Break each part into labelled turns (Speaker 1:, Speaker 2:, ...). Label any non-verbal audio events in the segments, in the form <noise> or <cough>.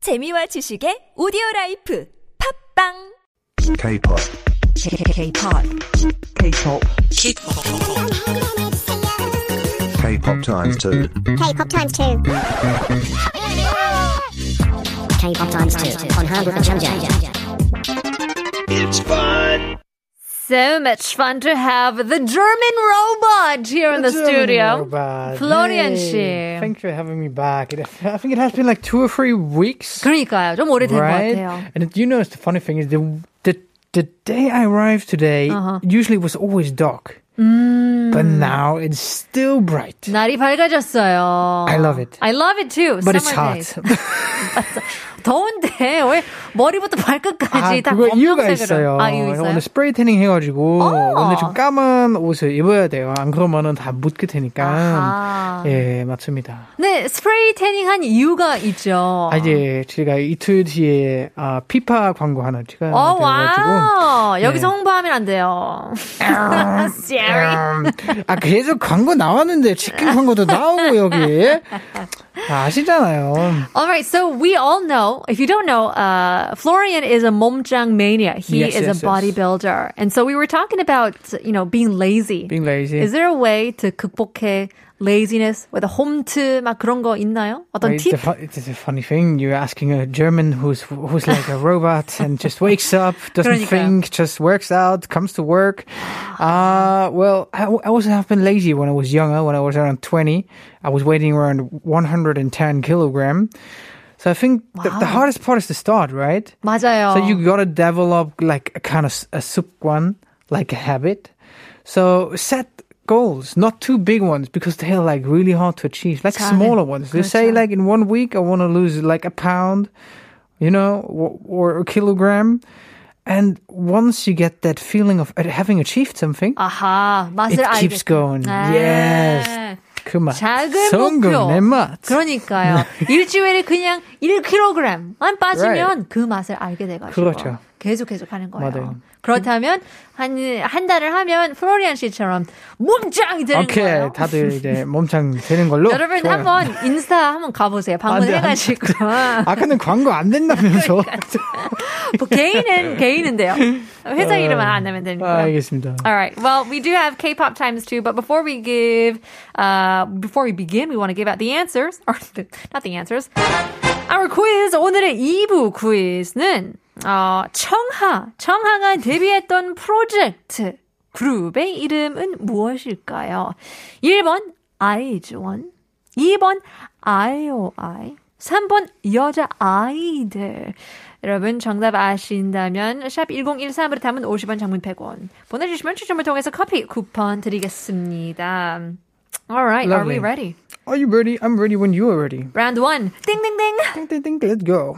Speaker 1: 재미와 지식의 오디오 라이프 팝빵
Speaker 2: K-pop.
Speaker 3: K-pop. K-pop.
Speaker 2: K-pop times two.
Speaker 4: K-pop times two. K-pop times two on Hangul and Changja.
Speaker 5: So much fun to have the German robot here in the studio.
Speaker 6: Robot.
Speaker 5: Florian
Speaker 6: Hey,
Speaker 5: 씨.
Speaker 6: Thanks for having me back. It, I think it has been like two or three weeks,
Speaker 5: 그러니까요. 좀 오래된 것 같아요.
Speaker 6: right? And it- you know, the funny thing is the the, the day I arrived today
Speaker 5: Uh-huh.
Speaker 6: usually was always dark,
Speaker 5: 음.
Speaker 6: but now it's still bright.
Speaker 5: 날이 밝아졌어요.
Speaker 6: I love it.
Speaker 5: I love it too.
Speaker 6: But it's
Speaker 5: Summer
Speaker 6: hot.
Speaker 5: days. <laughs> 더운데 왜 머리부터 발끝까지
Speaker 6: 아,
Speaker 5: 다
Speaker 6: <laughs> 그거 이유가 있어요.
Speaker 5: 검정색으로. 아, 이유 있어요? 어!
Speaker 6: 오늘 스프레이 태닝 해가지고 오늘 좀 까만 옷을 입어야 돼요. 안 그러면은 다 묻게 되니까.
Speaker 5: 아하.
Speaker 6: 예, 맞습니다.
Speaker 5: 네, 스프레이 태닝한 이유가 있죠.
Speaker 6: 아, 이제 제가 이틀 뒤에 아, 피파 광고 하나 찍어야
Speaker 5: 어,
Speaker 6: 돼가지고.
Speaker 5: 와우. 여기서
Speaker 6: 네.
Speaker 5: 홍보하면 안 돼요. <laughs> Sorry.
Speaker 6: 아, 계속 광고 나왔는데 치킨 광고도 나오고 여기. 아, 아시잖아요.
Speaker 5: All right, so we all know, if you don't know, uh, Florian is a momjang mania. He is
Speaker 6: Yes, yes, yes.
Speaker 5: a bodybuilder. And so we were talking about, you know, being lazy.
Speaker 6: Being lazy.
Speaker 5: Is there a way to 극복해 laziness with a 홈트 막 그런 거 있나요? 어떤
Speaker 6: It's a,
Speaker 5: 팁?
Speaker 6: fu- it's a funny thing. You're asking a German who's who's like a robot and just wakes up, <laughs>
Speaker 5: 그러니까요.
Speaker 6: doesn't think, just works out, comes to work. Uh, well, I, I also have been lazy when I was younger. When I was around 20, I was weighing around 110 kilogram. So I think the, the hardest part is the start, right?
Speaker 5: 맞아요.
Speaker 6: So you gotta develop like a kind of s- a 습관, like a habit. So set goals, not too big ones because they're like really hard to achieve. Like
Speaker 5: 작은,
Speaker 6: smaller ones. You say
Speaker 5: 그렇죠.
Speaker 6: like in one week I want to lose like a pound, you know, or, or a kilogram. And once you get that feeling of uh, having achieved something,
Speaker 5: 아하, 맛을
Speaker 6: it
Speaker 5: 알게.
Speaker 6: keeps going.
Speaker 5: 아.
Speaker 6: Yes. 그만.
Speaker 5: 작은
Speaker 6: 성공
Speaker 5: 목표.
Speaker 6: 내 맛. 네.
Speaker 5: 그러니까요. <laughs> 일주일에 그냥 1kg만 빠지면
Speaker 6: Right.
Speaker 5: 그 맛을 알게 돼가지고.
Speaker 6: 그렇죠.
Speaker 5: 계속 계속 하는 거예요.
Speaker 6: 맞아요.
Speaker 5: 그렇다면 한, 한 달을 하면 플로리안 씨처럼 몸짱이 되는
Speaker 6: 오케이,
Speaker 5: 거예요.
Speaker 6: 다들 이제 몸짱 되는 걸로.
Speaker 5: <laughs> 여러분
Speaker 6: 좋아요.
Speaker 5: 한번 인스타 한번 가보세요.
Speaker 6: <laughs>
Speaker 5: 방문해가지고. <laughs>
Speaker 6: 아까는 광고 안 된다면서.
Speaker 5: 뭐 개인은 개인인데요. 회사 이름은 안 하면
Speaker 6: 아,
Speaker 5: 되니까.
Speaker 6: 어, 알겠습니다.
Speaker 5: All right. Well, we do have K-pop times too, but before we give, uh, before we begin, we want to give out the answers, <laughs> or the, not the answers. Our quiz 오늘의 2부 quiz는 어, 청하 청하가 데뷔했던 프로젝트 그룹의 이름은 무엇일까요? 1번 아이즈원, 2번 IOI, 3번 여자 아이들. 여러분 정답 아신다면 샵 1013으로 담은 50원 장문 100원 보내주시면 추첨을 통해서 커피 쿠폰 드리겠습니다. Alright, are we
Speaker 6: Lovely.
Speaker 5: ready?
Speaker 6: Are you ready? I'm ready when you are ready.
Speaker 5: Round 1. 띵띵띵.
Speaker 6: Ding, ding, ding, let's go.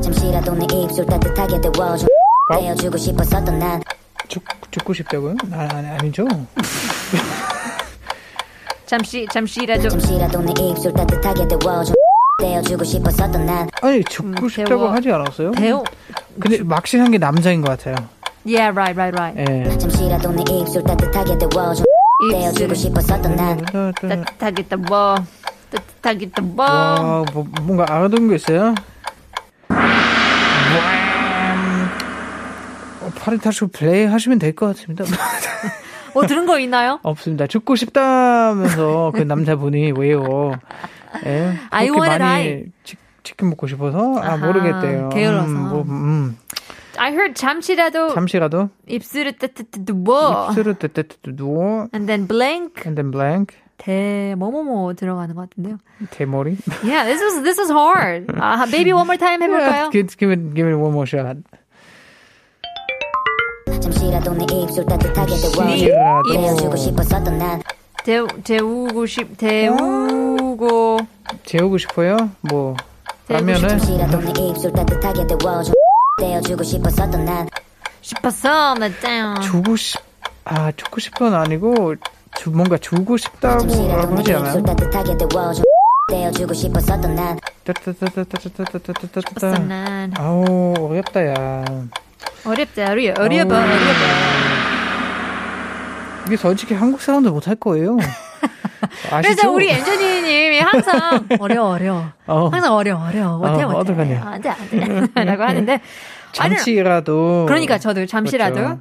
Speaker 4: 잠시라도 내 입술 따뜻하게 데워줘. 데워주고 싶었었던 난.
Speaker 6: 죽, 죽고 싶다고요? 아, 아니, 아니죠.
Speaker 5: 잠시 잠시라도
Speaker 4: 잠시라도 내 입술 따뜻하게 데워줘. 데워주고 싶었었던 난.
Speaker 6: 아니, 죽고 싶다고
Speaker 5: 음, 배워.
Speaker 6: 하지 않았어요?
Speaker 5: 배우.
Speaker 6: 근데 막신한 게 남자인 것 같아요.
Speaker 5: Yeah, right, right, right.
Speaker 6: 예.
Speaker 4: 잠시라도 내 입술 따뜻하게 데워줘. 데워주고
Speaker 5: 입술
Speaker 4: 싶었었던 난.
Speaker 5: 따뜻하겠다 뭐 따뜻하겠다 뭐.
Speaker 6: 와, 뭐, 뭔가 알아둔 게 있어요? 어, 팔을 다시 플레이 하시면 될 것 같습니다. <laughs>
Speaker 5: 뭐 들은 거 있나요?
Speaker 6: 없습니다. 죽고 싶다면서 그 남자분이 왜요? 예,
Speaker 5: I
Speaker 6: 그렇게
Speaker 5: wanna
Speaker 6: 많이
Speaker 5: die.
Speaker 6: 치, 킨 먹고 싶어서 아
Speaker 5: 아, 아하,
Speaker 6: 모르겠대요.
Speaker 5: 게을러서.
Speaker 6: 음, 뭐, 음,
Speaker 5: I heard 잠시라도
Speaker 6: 잠시라도
Speaker 5: 입술을 따뜻하다 뭐.
Speaker 6: 입술을 뜨뜨뜨 누워
Speaker 5: And then blank
Speaker 6: and then blank
Speaker 5: 대 뭐뭐뭐 들어가는 것 같은데요.
Speaker 6: 대머리.
Speaker 5: Yeah, this was this was hard. 아, baby one more time <laughs> 해볼까요?
Speaker 6: <laughs> give, give it give it one more shot.
Speaker 4: 잠시라도 내 입술 따뜻하게
Speaker 5: 네.
Speaker 4: 데워줘. 데워주고
Speaker 6: 잠시라도
Speaker 4: 싶었었던 난.
Speaker 5: 대 대우고 싶 대우고
Speaker 6: 재우고 싶어요. 뭐 라면을
Speaker 4: 잠시라도 내 입술 따뜻하게 데워줘. 데워주고 싶었었던 난.
Speaker 5: 싶었어 나 짱.
Speaker 6: 주고 싶아 주고 싶은 아니고 주, 뭔가 주고 싶다고 하지
Speaker 4: 잠시라도 내 입술
Speaker 6: 어, 않아요?
Speaker 4: 따뜻하게 데워줘. 데워주고 싶었었던 난.
Speaker 5: 싶었어
Speaker 6: 따따따따따따따따따.
Speaker 5: 난
Speaker 6: 아우 어렵다 야
Speaker 5: 어렵다 어려 어려워
Speaker 6: 아우.
Speaker 5: 어려워.
Speaker 6: 이게 솔직히 한국 사람들 못할 거예요
Speaker 5: <laughs> 그래서
Speaker 6: 아시죠?
Speaker 5: 우리 엔지니어님이
Speaker 6: <laughs>
Speaker 5: 항상 어려워 어려워
Speaker 6: 어.
Speaker 5: 항상 어려워 어려워 못해
Speaker 6: 어,
Speaker 5: 못해
Speaker 6: 어떡하냐.
Speaker 5: 안돼 안돼 <laughs> 라고 하는데 아니,
Speaker 6: 잠시라도
Speaker 5: 그러니까 저도 잠시라도
Speaker 6: 그렇죠.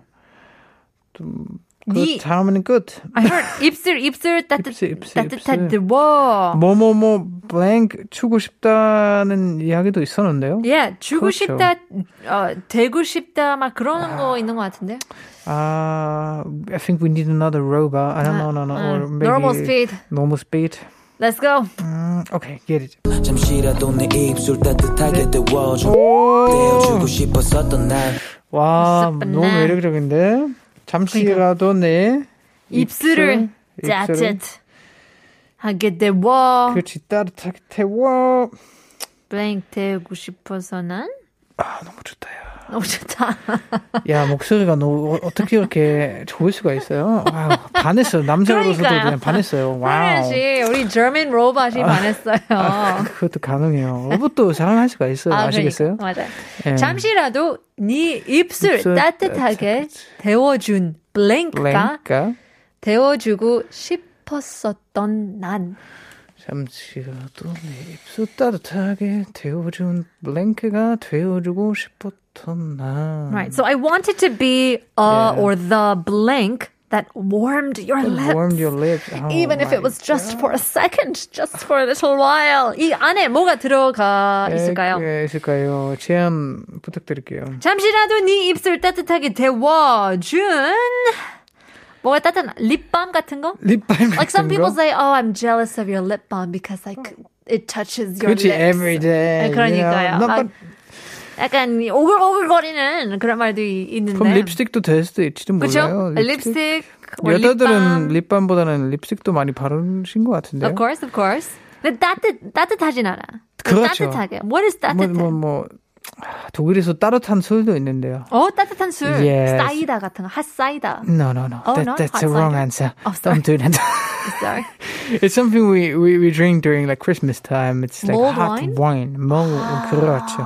Speaker 5: 네
Speaker 6: 그 다음은 끝.
Speaker 5: I heard 아, 입술 입술 따뜻
Speaker 6: 입술, 입술,
Speaker 5: 따뜻한
Speaker 6: 입술.
Speaker 5: 워
Speaker 6: 뭐뭐뭐 blank 주고 싶다는 이야기도 있었는데요.
Speaker 5: 예, 주고
Speaker 6: 그렇죠.
Speaker 5: 싶다, 어, 되고 싶다, 막 그러는 거 있는 것 같은데.
Speaker 6: 아, I think we need another robot. I don't know, no, no,
Speaker 5: 아,
Speaker 6: or maybe
Speaker 5: normal speed.
Speaker 6: Normal speed.
Speaker 5: Let's go.
Speaker 6: 음, okay, get it.
Speaker 7: 네, 잠시라도 내 입술 따뜻하게 데워줘 떼어주고
Speaker 6: 오,
Speaker 7: 싶었었던 날
Speaker 6: 와,
Speaker 5: 있었구나.
Speaker 6: 너무 매력적인데. 잠시라도 내
Speaker 5: 입술을
Speaker 6: 입술을-
Speaker 5: 따뜻하게 데워.
Speaker 6: 그렇지 따뜻하게 태워.
Speaker 5: 블랭크 되고 싶어서 난
Speaker 6: 아, 너무 좋다요.
Speaker 5: 너무 좋다.
Speaker 6: 야, 목소리가 너무 어- 어떻게 이렇게 좋을 수가 있어요? 와우, 반했어요. 남자로서도
Speaker 5: 그러니까요.
Speaker 6: 그냥 반했어요.
Speaker 5: 하연
Speaker 6: 와우.
Speaker 5: 씨, 우리 German 로봇이 반했어요.
Speaker 6: <laughs> 아, 그것도 가능해요. 로봇도 사랑할 수가 있어요.
Speaker 5: 아,
Speaker 6: 아, 시겠어요
Speaker 5: 그러니까, 맞아요.
Speaker 6: 예.
Speaker 5: 잠시라도 네 입술,
Speaker 6: 입술
Speaker 5: 따뜻하게 데워준 블랭크가
Speaker 6: 그러니까
Speaker 5: 데워주고 싶었었던 난.
Speaker 6: 잠시라도 내 입술 따뜻하게 데워준 블랭크가 되어주고 싶었던 나.
Speaker 5: Right. So I wanted to be uh
Speaker 6: Yeah.
Speaker 5: or the blank that warmed your lips.
Speaker 6: Warmed your lips. Oh
Speaker 5: even if
Speaker 6: my
Speaker 5: it was just for a second, just for a little while. 이 안에 뭐가 들어가
Speaker 6: God.
Speaker 5: 있을까요?
Speaker 6: 예, 있을까요? 제안 부탁드릴게요.
Speaker 5: 잠시라도 네 입술 따뜻하게 데워준 뭐가 따뜻한 립밤 같은 거?
Speaker 6: 립밤 같은
Speaker 5: Like some
Speaker 6: 거?
Speaker 5: people say, oh, I'm jealous of your lip balm because like it touches your
Speaker 6: 그렇지,
Speaker 5: lips.
Speaker 6: every
Speaker 5: 네,
Speaker 6: day.
Speaker 5: 그러니까요.
Speaker 6: You know?
Speaker 5: 막
Speaker 6: 막,
Speaker 5: 약간 이 오글오글거리는 그런 말도 이- 있는데.
Speaker 6: 그럼 립스틱도 될 수도 있지도 몰라요.
Speaker 5: 네. 그렇죠? 립스틱, 뭐
Speaker 6: 여자들은
Speaker 5: 립밤.
Speaker 6: 립밤보다는 립스틱도 많이 바르신 것 같은데요.
Speaker 5: Of course, of course. 근데 따뜻 따뜻하진 않아.
Speaker 6: 그렇죠.
Speaker 5: 따뜻하게. What is
Speaker 6: 뭐,
Speaker 5: 따뜻해?
Speaker 6: 뭐, 뭐, 아, 독일에서 따뜻한 술도 있는데요.
Speaker 5: 어 따뜻한 술.
Speaker 6: Yes.
Speaker 5: 사이다 같은 거. 핫 사이다.
Speaker 6: No, no, no.
Speaker 5: Oh,
Speaker 6: that,
Speaker 5: not
Speaker 6: that's
Speaker 5: hot
Speaker 6: the wrong
Speaker 5: cider.
Speaker 6: answer.
Speaker 5: Oh, sorry.
Speaker 6: Don't do that. <laughs>
Speaker 5: Sorry.
Speaker 6: it's something we, we, we drink during like Christmas time. It's like
Speaker 5: Mulled
Speaker 6: hot
Speaker 5: wine? Ah.
Speaker 6: wine. Mulled 그렇죠.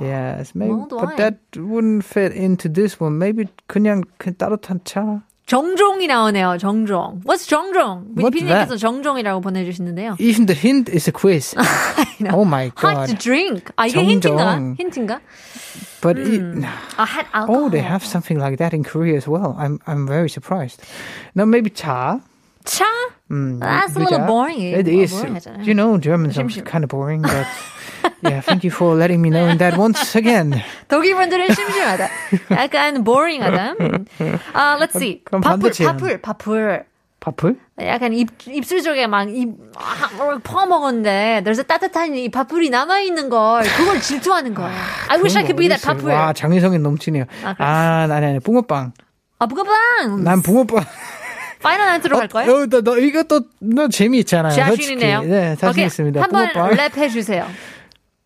Speaker 6: Yes, maybe,
Speaker 5: Mulled
Speaker 6: but
Speaker 5: wine.
Speaker 6: that wouldn't fit into this one. Maybe 그냥 그 따뜻한 차.
Speaker 5: 정종이 나오네요. 정종. What's 정종?
Speaker 6: What's
Speaker 5: 민피님께서
Speaker 6: that?
Speaker 5: 정종이라고 보내주시는데요.
Speaker 6: Even the hint is
Speaker 5: <laughs>
Speaker 6: a quiz. oh my
Speaker 5: Hot
Speaker 6: god!
Speaker 5: 아, drink. 아 이게 힌트인가?
Speaker 6: 정종.
Speaker 5: 힌트인가?
Speaker 6: But it,
Speaker 5: 아 hot alcohol.
Speaker 6: oh, they have something like that in Korea as well. I'm I'm very surprised. No, maybe 차.
Speaker 5: 차? That's 아, a little
Speaker 6: Yeah.
Speaker 5: boring.
Speaker 6: 음, It
Speaker 5: 뭐
Speaker 6: is.
Speaker 5: boring하잖아요.
Speaker 6: You know, German songs are kind of boring, but yeah, thank you for letting me know in that once again.
Speaker 5: 독일 분들은
Speaker 6: <laughs>
Speaker 5: 심심하다. 약간 boring하다. 아, let's see.
Speaker 6: 그럼
Speaker 5: 파풀,
Speaker 6: 반대체는?
Speaker 5: 파풀, 파풀.
Speaker 6: 바풀?
Speaker 5: 약간 입, 입술 쪽에 막 입, 아, 뭘 퍼먹었는데, 그래서 따뜻한 이 밥풀이 남아있는 걸, 그걸 질투하는 거예요.
Speaker 6: 아,
Speaker 5: I wish I could be that 밥풀.
Speaker 6: 와, 장혜성이 넘치네요.
Speaker 5: 아,
Speaker 6: 아,
Speaker 5: 그래.
Speaker 6: 아니, 아니, 붕어빵.
Speaker 5: 아, 부가빵!
Speaker 6: 난 붕어빵.
Speaker 5: 파이널 안트로 갈 거예요?
Speaker 6: 어, 나, 너, 이거 또, 너 재미있잖아요.
Speaker 5: 자신이네요.
Speaker 6: 솔직히. 네, 자신
Speaker 5: 오케이,
Speaker 6: 있습니다.
Speaker 5: 한번
Speaker 6: 붕어빵.
Speaker 5: 랩해주세요.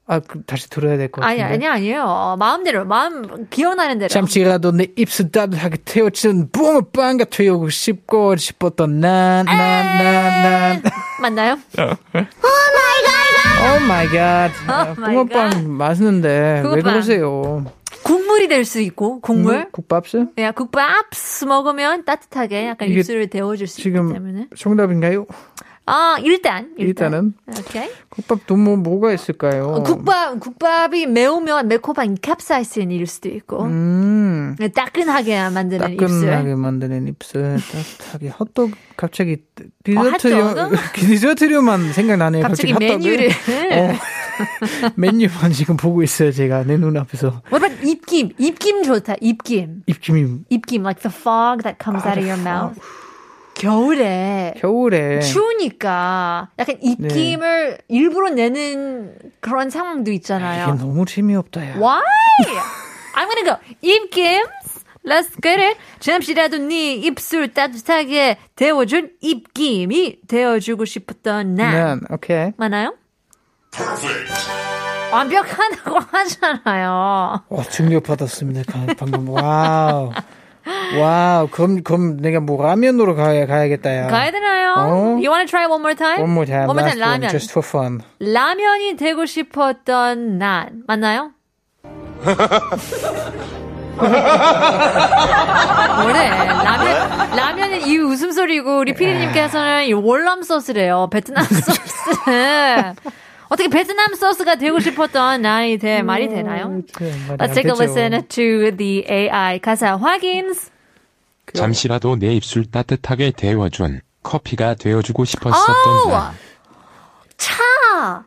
Speaker 6: 아, 그, 다시 들어야 될 것 같은데.
Speaker 5: 아니, 아니, 아니에요. 어, 마음대로, 마음, 기억나는 대로.
Speaker 6: 잠시라도 내 입술 따뜻하게 태워준 붕어빵 같아 오고 싶고 싶었던 난, 난, 난, 난.
Speaker 5: 네. <laughs> 맞나요?
Speaker 6: 오 마이 갓.
Speaker 5: <laughs> Oh my God.
Speaker 6: 붕어빵 맛있는데 왜
Speaker 5: 붕어빵.
Speaker 6: 그러세요? 음,
Speaker 5: 국물이 될 수 있고, 국물.
Speaker 6: 국밥스?
Speaker 5: 야, 국밥 먹으면 따뜻하게 약간
Speaker 6: 이게
Speaker 5: 입술을 데워줄 수 있기 때문에.
Speaker 6: 지금 정답인가요?
Speaker 5: 아, 일단, 일단.
Speaker 6: 일단은.
Speaker 5: 오케이.
Speaker 6: 국밥도 뭐 뭐가 있을까요?
Speaker 5: 어, 국밥 국밥이 매우면 매콤한 캡사이신일 수도 있고 네,
Speaker 6: 음.
Speaker 5: 따끈하게 만드는 네, 입술.
Speaker 6: 따끈하게 만드는 입술, 따뜻하게 핫도그 갑자기 <laughs> 디저트류
Speaker 5: 어, 핫도그?
Speaker 6: 디저트류만 생각나네요.
Speaker 5: 갑자기
Speaker 6: 갑자기, <laughs>
Speaker 5: 메뉴를. 네.
Speaker 6: 어. 핫도그. 어. 메뉴만 지금 보고 있어요. 제가 내 눈앞에서
Speaker 5: What about 입김? 입김 좋다. 입김.
Speaker 6: 입김이
Speaker 5: 입김 like the fog that comes out of your mouth. 겨울에
Speaker 6: 아, 네. 어. 겨울에
Speaker 5: 추우니까 약간 입김을 일부러 내는 그런 상황도
Speaker 6: 이게 뭐-
Speaker 5: 있잖아요.
Speaker 6: 너무 재미없다. 야.
Speaker 5: Why? I'm gonna go. 입김. Let's get it. 잠시라도 네 입술 따뜻하게 데워준 입김이 되어주고 싶었던 나.
Speaker 6: 난 네, 오케이.
Speaker 5: 많아요? 완벽하다고 <laughs> 하잖아요.
Speaker 6: 와, 충격 받았습니다. 어, 가- 방금 와우. 와우. 그럼 그럼 내가 뭐 라면으로 가야 가야겠다. 야.
Speaker 5: 가야 되나요?
Speaker 6: 어?
Speaker 5: You wanna try one more time?
Speaker 6: One more time.
Speaker 5: One more time,
Speaker 6: last one,
Speaker 5: 라면.
Speaker 6: just for fun. <laughs>
Speaker 5: 라면이 되고 싶었던 난. 맞나요? 뭐래?
Speaker 6: 네?
Speaker 5: 라면 라면은 이 웃음소리고 우리 피디님께서는 이 월남 소스래요.
Speaker 6: <laughs>
Speaker 5: 베트남 소스. 어떻게 베트남 소스가 되고 싶었던 나이 대 말이
Speaker 6: 음,
Speaker 5: 되나요? Let's take a listen to the AI 가사 확인.
Speaker 8: 잠시라도 내 입술 따뜻하게 데워준 커피가 되어주고
Speaker 5: Oh!
Speaker 8: 싶었었던 날.
Speaker 5: 차.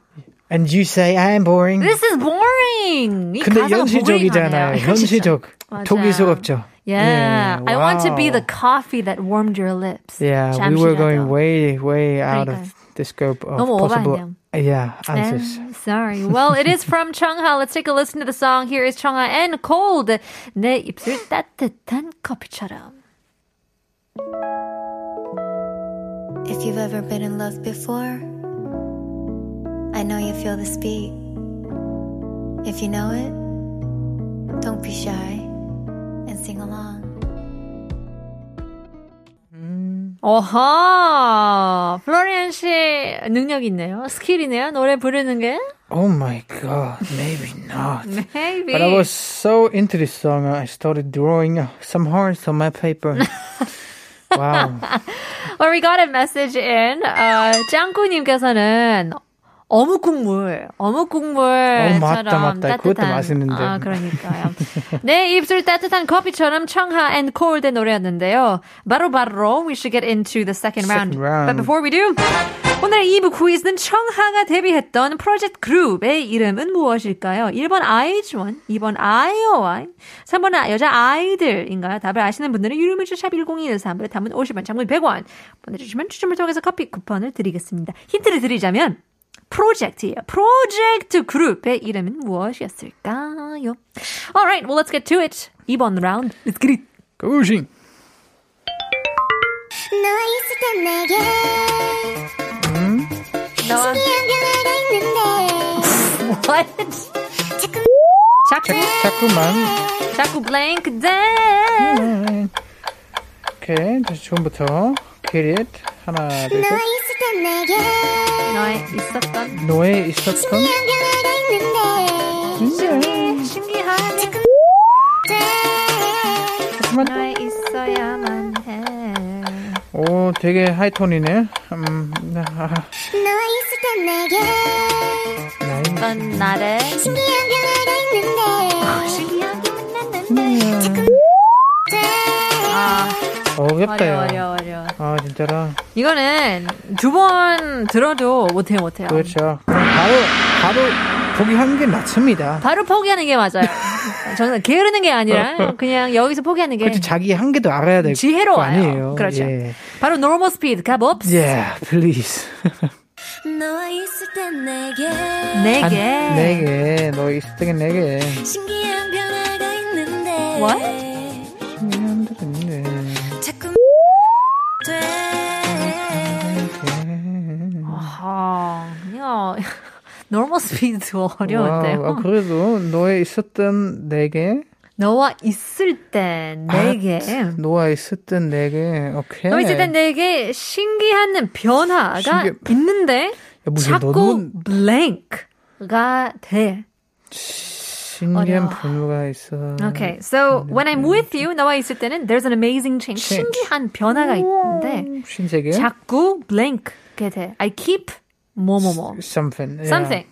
Speaker 6: And you say I'm boring.
Speaker 5: This is boring. 이
Speaker 6: 근데
Speaker 5: 가사가
Speaker 6: 현실적이잖아요.
Speaker 5: 보링하네요. 현실적.
Speaker 6: 현실적.
Speaker 5: 맞아.
Speaker 6: 독일수 없죠.
Speaker 5: Yeah.
Speaker 6: 예,
Speaker 5: I want to be
Speaker 6: 와우.
Speaker 5: the coffee that warmed your lips.
Speaker 6: Yeah, we were going
Speaker 5: 잠시라도.
Speaker 6: way, way out of the scope of
Speaker 5: 너무
Speaker 6: possible.
Speaker 5: 오버했네요. 네.
Speaker 6: Yeah, answers.
Speaker 5: I'm sorry. Well, it is from Chungha. Let's take a listen to the song. Here is Chungha and Cold. 내 입술 따뜻한 커피처럼.
Speaker 9: If you've ever been in love before, I know you feel this beat. If you know it, don't be shy and sing along.
Speaker 5: 어허. 플로리안 씨 능력 있네요. 스킬이네요. 노래 부르는 게.
Speaker 6: Oh my god, maybe not.
Speaker 5: Maybe.
Speaker 6: But I was so into this song, I started drawing uh, some hearts on my
Speaker 5: <laughs>
Speaker 6: paper. wow.
Speaker 5: Well, we got a message in. 어, 짱구님께서는 어묵 국물, 어묵 국물처럼
Speaker 6: 어, 맞다, 맞다. 그것도
Speaker 5: 따뜻한-
Speaker 6: 맛있는데.
Speaker 5: 아, 그러니까요. 내 입술 따뜻한 커피처럼 청하 and cold의 노래였는데요. 바로 바로 we should get into the second,
Speaker 6: Second round.
Speaker 5: But before we do, 오늘 2부 quizz는 청하가 데뷔했던 프로젝트 그룹의 이름은 무엇일까요? 1번 아이즈원, 2번 아이오와인, 3번 아- 여자 아이들인가요? 답을 아시는 분들은 유료문자 샵 1023, 담은 50원, 장문 100원 보내주시면 추첨을 통해서 커피 쿠폰을 드리겠습니다. 힌트를 드리자면 프로젝트예요. 프로젝트 그룹의 이름은 무엇이었을까요? Alright, well let's get to it. 2번 라운드. Let's get it.
Speaker 6: Coaching.
Speaker 10: 너와 있을 땐 내게
Speaker 5: 나와.
Speaker 10: 신기한 변화가 있는데
Speaker 5: <laughs> What?
Speaker 10: 자꾸
Speaker 5: 자꾸
Speaker 6: 자꾸만.
Speaker 5: 자꾸 blank dance.
Speaker 6: Okay, 다시 처음부터. Get it. 하나, 둘,
Speaker 10: 너와
Speaker 6: 셋.
Speaker 10: 있을 땐 내게
Speaker 5: 너의 있었던
Speaker 6: 너의 있었던
Speaker 10: 신기한 변화가 있는데
Speaker 5: 신기 신기한
Speaker 10: 자꾸
Speaker 6: 잠깐만.
Speaker 5: 너의 있어야만 해.
Speaker 6: 오, 되게 하이톤이네. 음, 아,
Speaker 10: 너와 있을 땐 내게
Speaker 6: 나이.
Speaker 5: 어떤 날에
Speaker 10: 신기한 변화가 있는데
Speaker 5: 신기하게 아, 어려
Speaker 6: 어렵다.
Speaker 5: 어려 어려.
Speaker 6: 아, 진짜라.
Speaker 5: 이거는 두 번 들어도 못해 못해요.
Speaker 6: 그렇죠. 그럼 바로, 바로 포기하는 게 낫습니다.
Speaker 5: 바로 포기하는 게 맞아요. 저는 게으르는 게 아니라 그냥 여기서 포기하는 게
Speaker 6: 그렇지, 자기 한계도 알아야 될거
Speaker 5: 지혜로워요.
Speaker 6: 아니에요.
Speaker 5: 그렇죠.
Speaker 6: 예.
Speaker 5: 바로 normal speed 뭐? 가봅.
Speaker 6: Yeah, please. <laughs>
Speaker 9: 너와 있을 땐 내게
Speaker 5: 네 개.
Speaker 6: 네 개. 너 있을 때는 네 개.
Speaker 9: 신기한 변화가 있는데
Speaker 5: What?
Speaker 6: 네.
Speaker 9: 자꾸 돼
Speaker 5: 아, 야, <laughs> normal speed 어려운데요.
Speaker 6: 와우, 아, 그래도 너의 있었던 네 개,
Speaker 5: 너와 있을 땐네 개.
Speaker 6: 너와 있었던 네 개, 오케이.
Speaker 5: 너와 있을 땐네개 신기한 변화가
Speaker 6: 신기해.
Speaker 5: 있는데
Speaker 6: 야, 무슨
Speaker 5: 자꾸
Speaker 6: 너는 음.
Speaker 5: blank가 돼. 어려워.
Speaker 6: 신기한 분노가 있어.
Speaker 5: Okay, so when I'm with you, 나와 있을 때는 there's an amazing change.
Speaker 6: Change. 음. 예?
Speaker 5: 신기한 변화가 있는데
Speaker 6: 신세계.
Speaker 5: 네. 자꾸 blank게 돼. I keep 뭐뭐뭐.
Speaker 6: Something. yeah.
Speaker 5: Something.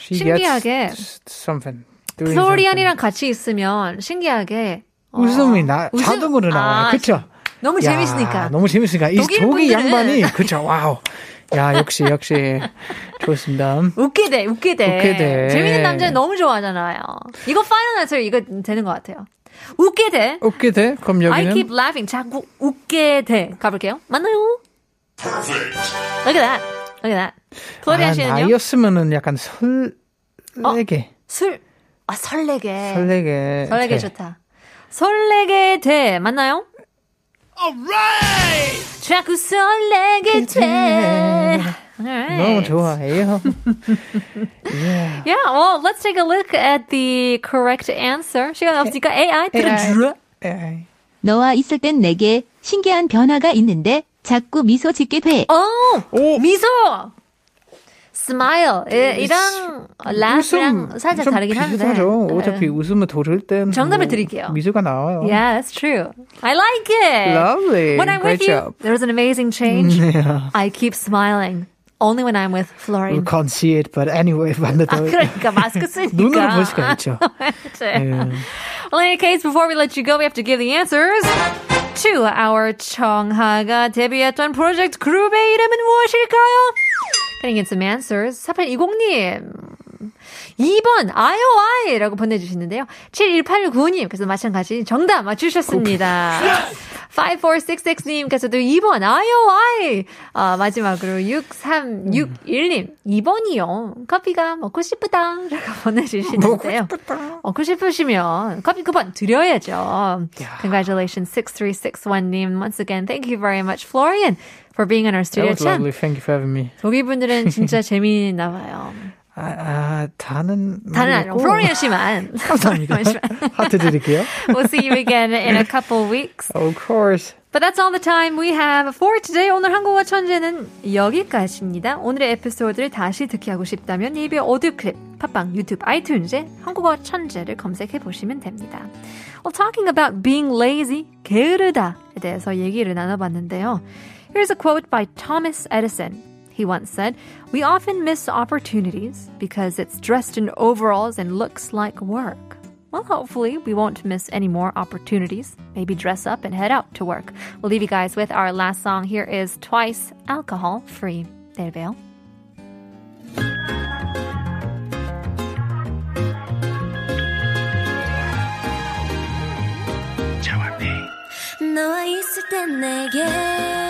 Speaker 6: She
Speaker 5: 신기하게.
Speaker 6: gets something. Doing
Speaker 5: 플로리안이랑 같이 있으면 신기하게 어,
Speaker 6: something. 그 웃음이 나
Speaker 5: 웃음-
Speaker 6: 자동으로 나와요.
Speaker 5: 아,
Speaker 6: 그쵸?
Speaker 5: 너무
Speaker 6: 야,
Speaker 5: 재밌으니까.
Speaker 6: 너무 재밌으니까. 이
Speaker 5: 독일
Speaker 6: 독일
Speaker 5: 분들은-
Speaker 6: 양반이 그쵸? 와우. 야 역시 역시 좋습니다.
Speaker 5: 웃게 돼, 웃게 돼.
Speaker 6: 웃게 돼.
Speaker 5: 재밌는 남자는 너무 좋아하잖아요. 이거 파이널 answer 이거 되는 것 같아요. 웃게 돼.
Speaker 6: 웃게 돼? 그럼
Speaker 5: I
Speaker 6: 여기는
Speaker 5: keep laughing. 자꾸 웃게 돼. 가볼게요. 만나요. Look at that. Look at that. 플로리안
Speaker 6: 아,
Speaker 5: 씨는요? 어?
Speaker 6: 나였으면은 약간 설레게
Speaker 5: 술. 아, 설레게.
Speaker 6: 설레게
Speaker 5: 설레게
Speaker 6: 돼.
Speaker 5: 좋다. 설레게 돼. 맞나요? 자꾸 설레게 돼. Alright.
Speaker 6: 너무 좋아해요. 예.
Speaker 5: Yeah, well, let's take a look at the correct answer. 시간 없으니까 AI
Speaker 6: <laughs>
Speaker 5: 들어주라.
Speaker 6: 예.
Speaker 11: 너와 있을 땐 내게 신기한
Speaker 6: Oh.
Speaker 11: 변화가 있는데 자꾸 미소 짓게 돼.
Speaker 5: 오, 미소. Oh, smile 예, 이랑 laugh랑 살짝
Speaker 6: 좀
Speaker 5: 다르긴 한데.
Speaker 6: 비슷하죠.
Speaker 5: 예.
Speaker 6: 어차피 웃음을 돌릴 땐뭐
Speaker 5: 정답을 드릴게요. 예.
Speaker 6: 미소가 나와요.
Speaker 5: Yeah, that's true. I like it.
Speaker 6: Lovely.
Speaker 5: When I'm
Speaker 6: Great
Speaker 5: with
Speaker 6: job.
Speaker 5: you, there's an amazing
Speaker 6: <laughs>
Speaker 5: change. I keep smiling. Only when I'm with
Speaker 6: You
Speaker 5: Florian.
Speaker 6: can't see it, but anyway, <laughs>
Speaker 5: 아,
Speaker 6: 반대로
Speaker 5: 그러니까 마스크 쓰니까.
Speaker 6: <laughs> 눈으로 볼 수가
Speaker 5: <laughs>
Speaker 6: 있죠.
Speaker 5: 그치? Well, in any case, before we let you go, we have to give the answers to our 청하가 데뷔했던 프로젝트 그룹의 이름은 무엇일까요? Getting in some answers. 4820님. 2번 IOI라고 보내주시는데요. 71869님께서 마찬가지 정답 맞추셨습니다. 5466님께서도 2번 IOI 아, 마지막으로 6361님 2번이요. 커피가 먹고 싶다 라고 <laughs> 보내주시는데요. 먹고 싶으시면 커피 쿠폰 드려야죠. Congratulations 6361님. Once again, thank you very much, Florian, for being on our
Speaker 6: That
Speaker 5: studio.
Speaker 6: was
Speaker 5: 참
Speaker 6: lovely. Thank you for having me.
Speaker 5: 독일 분들은
Speaker 6: <laughs>
Speaker 5: 진짜 재미있나 봐요.
Speaker 6: 아, 아 다는
Speaker 5: 다른 아니고 플로리안 씨만.
Speaker 6: <laughs> 감사합니다.
Speaker 5: 플로리안 씨만.
Speaker 6: 하트 드릴게요.
Speaker 5: We'll see you again in a couple weeks.
Speaker 6: Of course.
Speaker 5: But that's all the time we have for today. 오늘 한국어 천재는 여기까지입니다. 오늘의 에피소드를 다시 듣기 하고 싶다면 예비 오디오 클립, 팟빵, 유튜브, 아이튠즈에 한국어 천재를 검색해 보시면 됩니다. Well, talking about being lazy, 게으르다에 대해서 얘기를 나눠봤는데요. Here's a quote by Thomas Edison. He once said, We often miss opportunities because it's dressed in overalls and looks like work. Well, hopefully, we won't miss any more opportunities. Maybe dress up and head out to work. We'll leave you guys with our last song. Here is Twice Alcohol Free. 내일 봬요.
Speaker 10: 너와 있을 땐 내게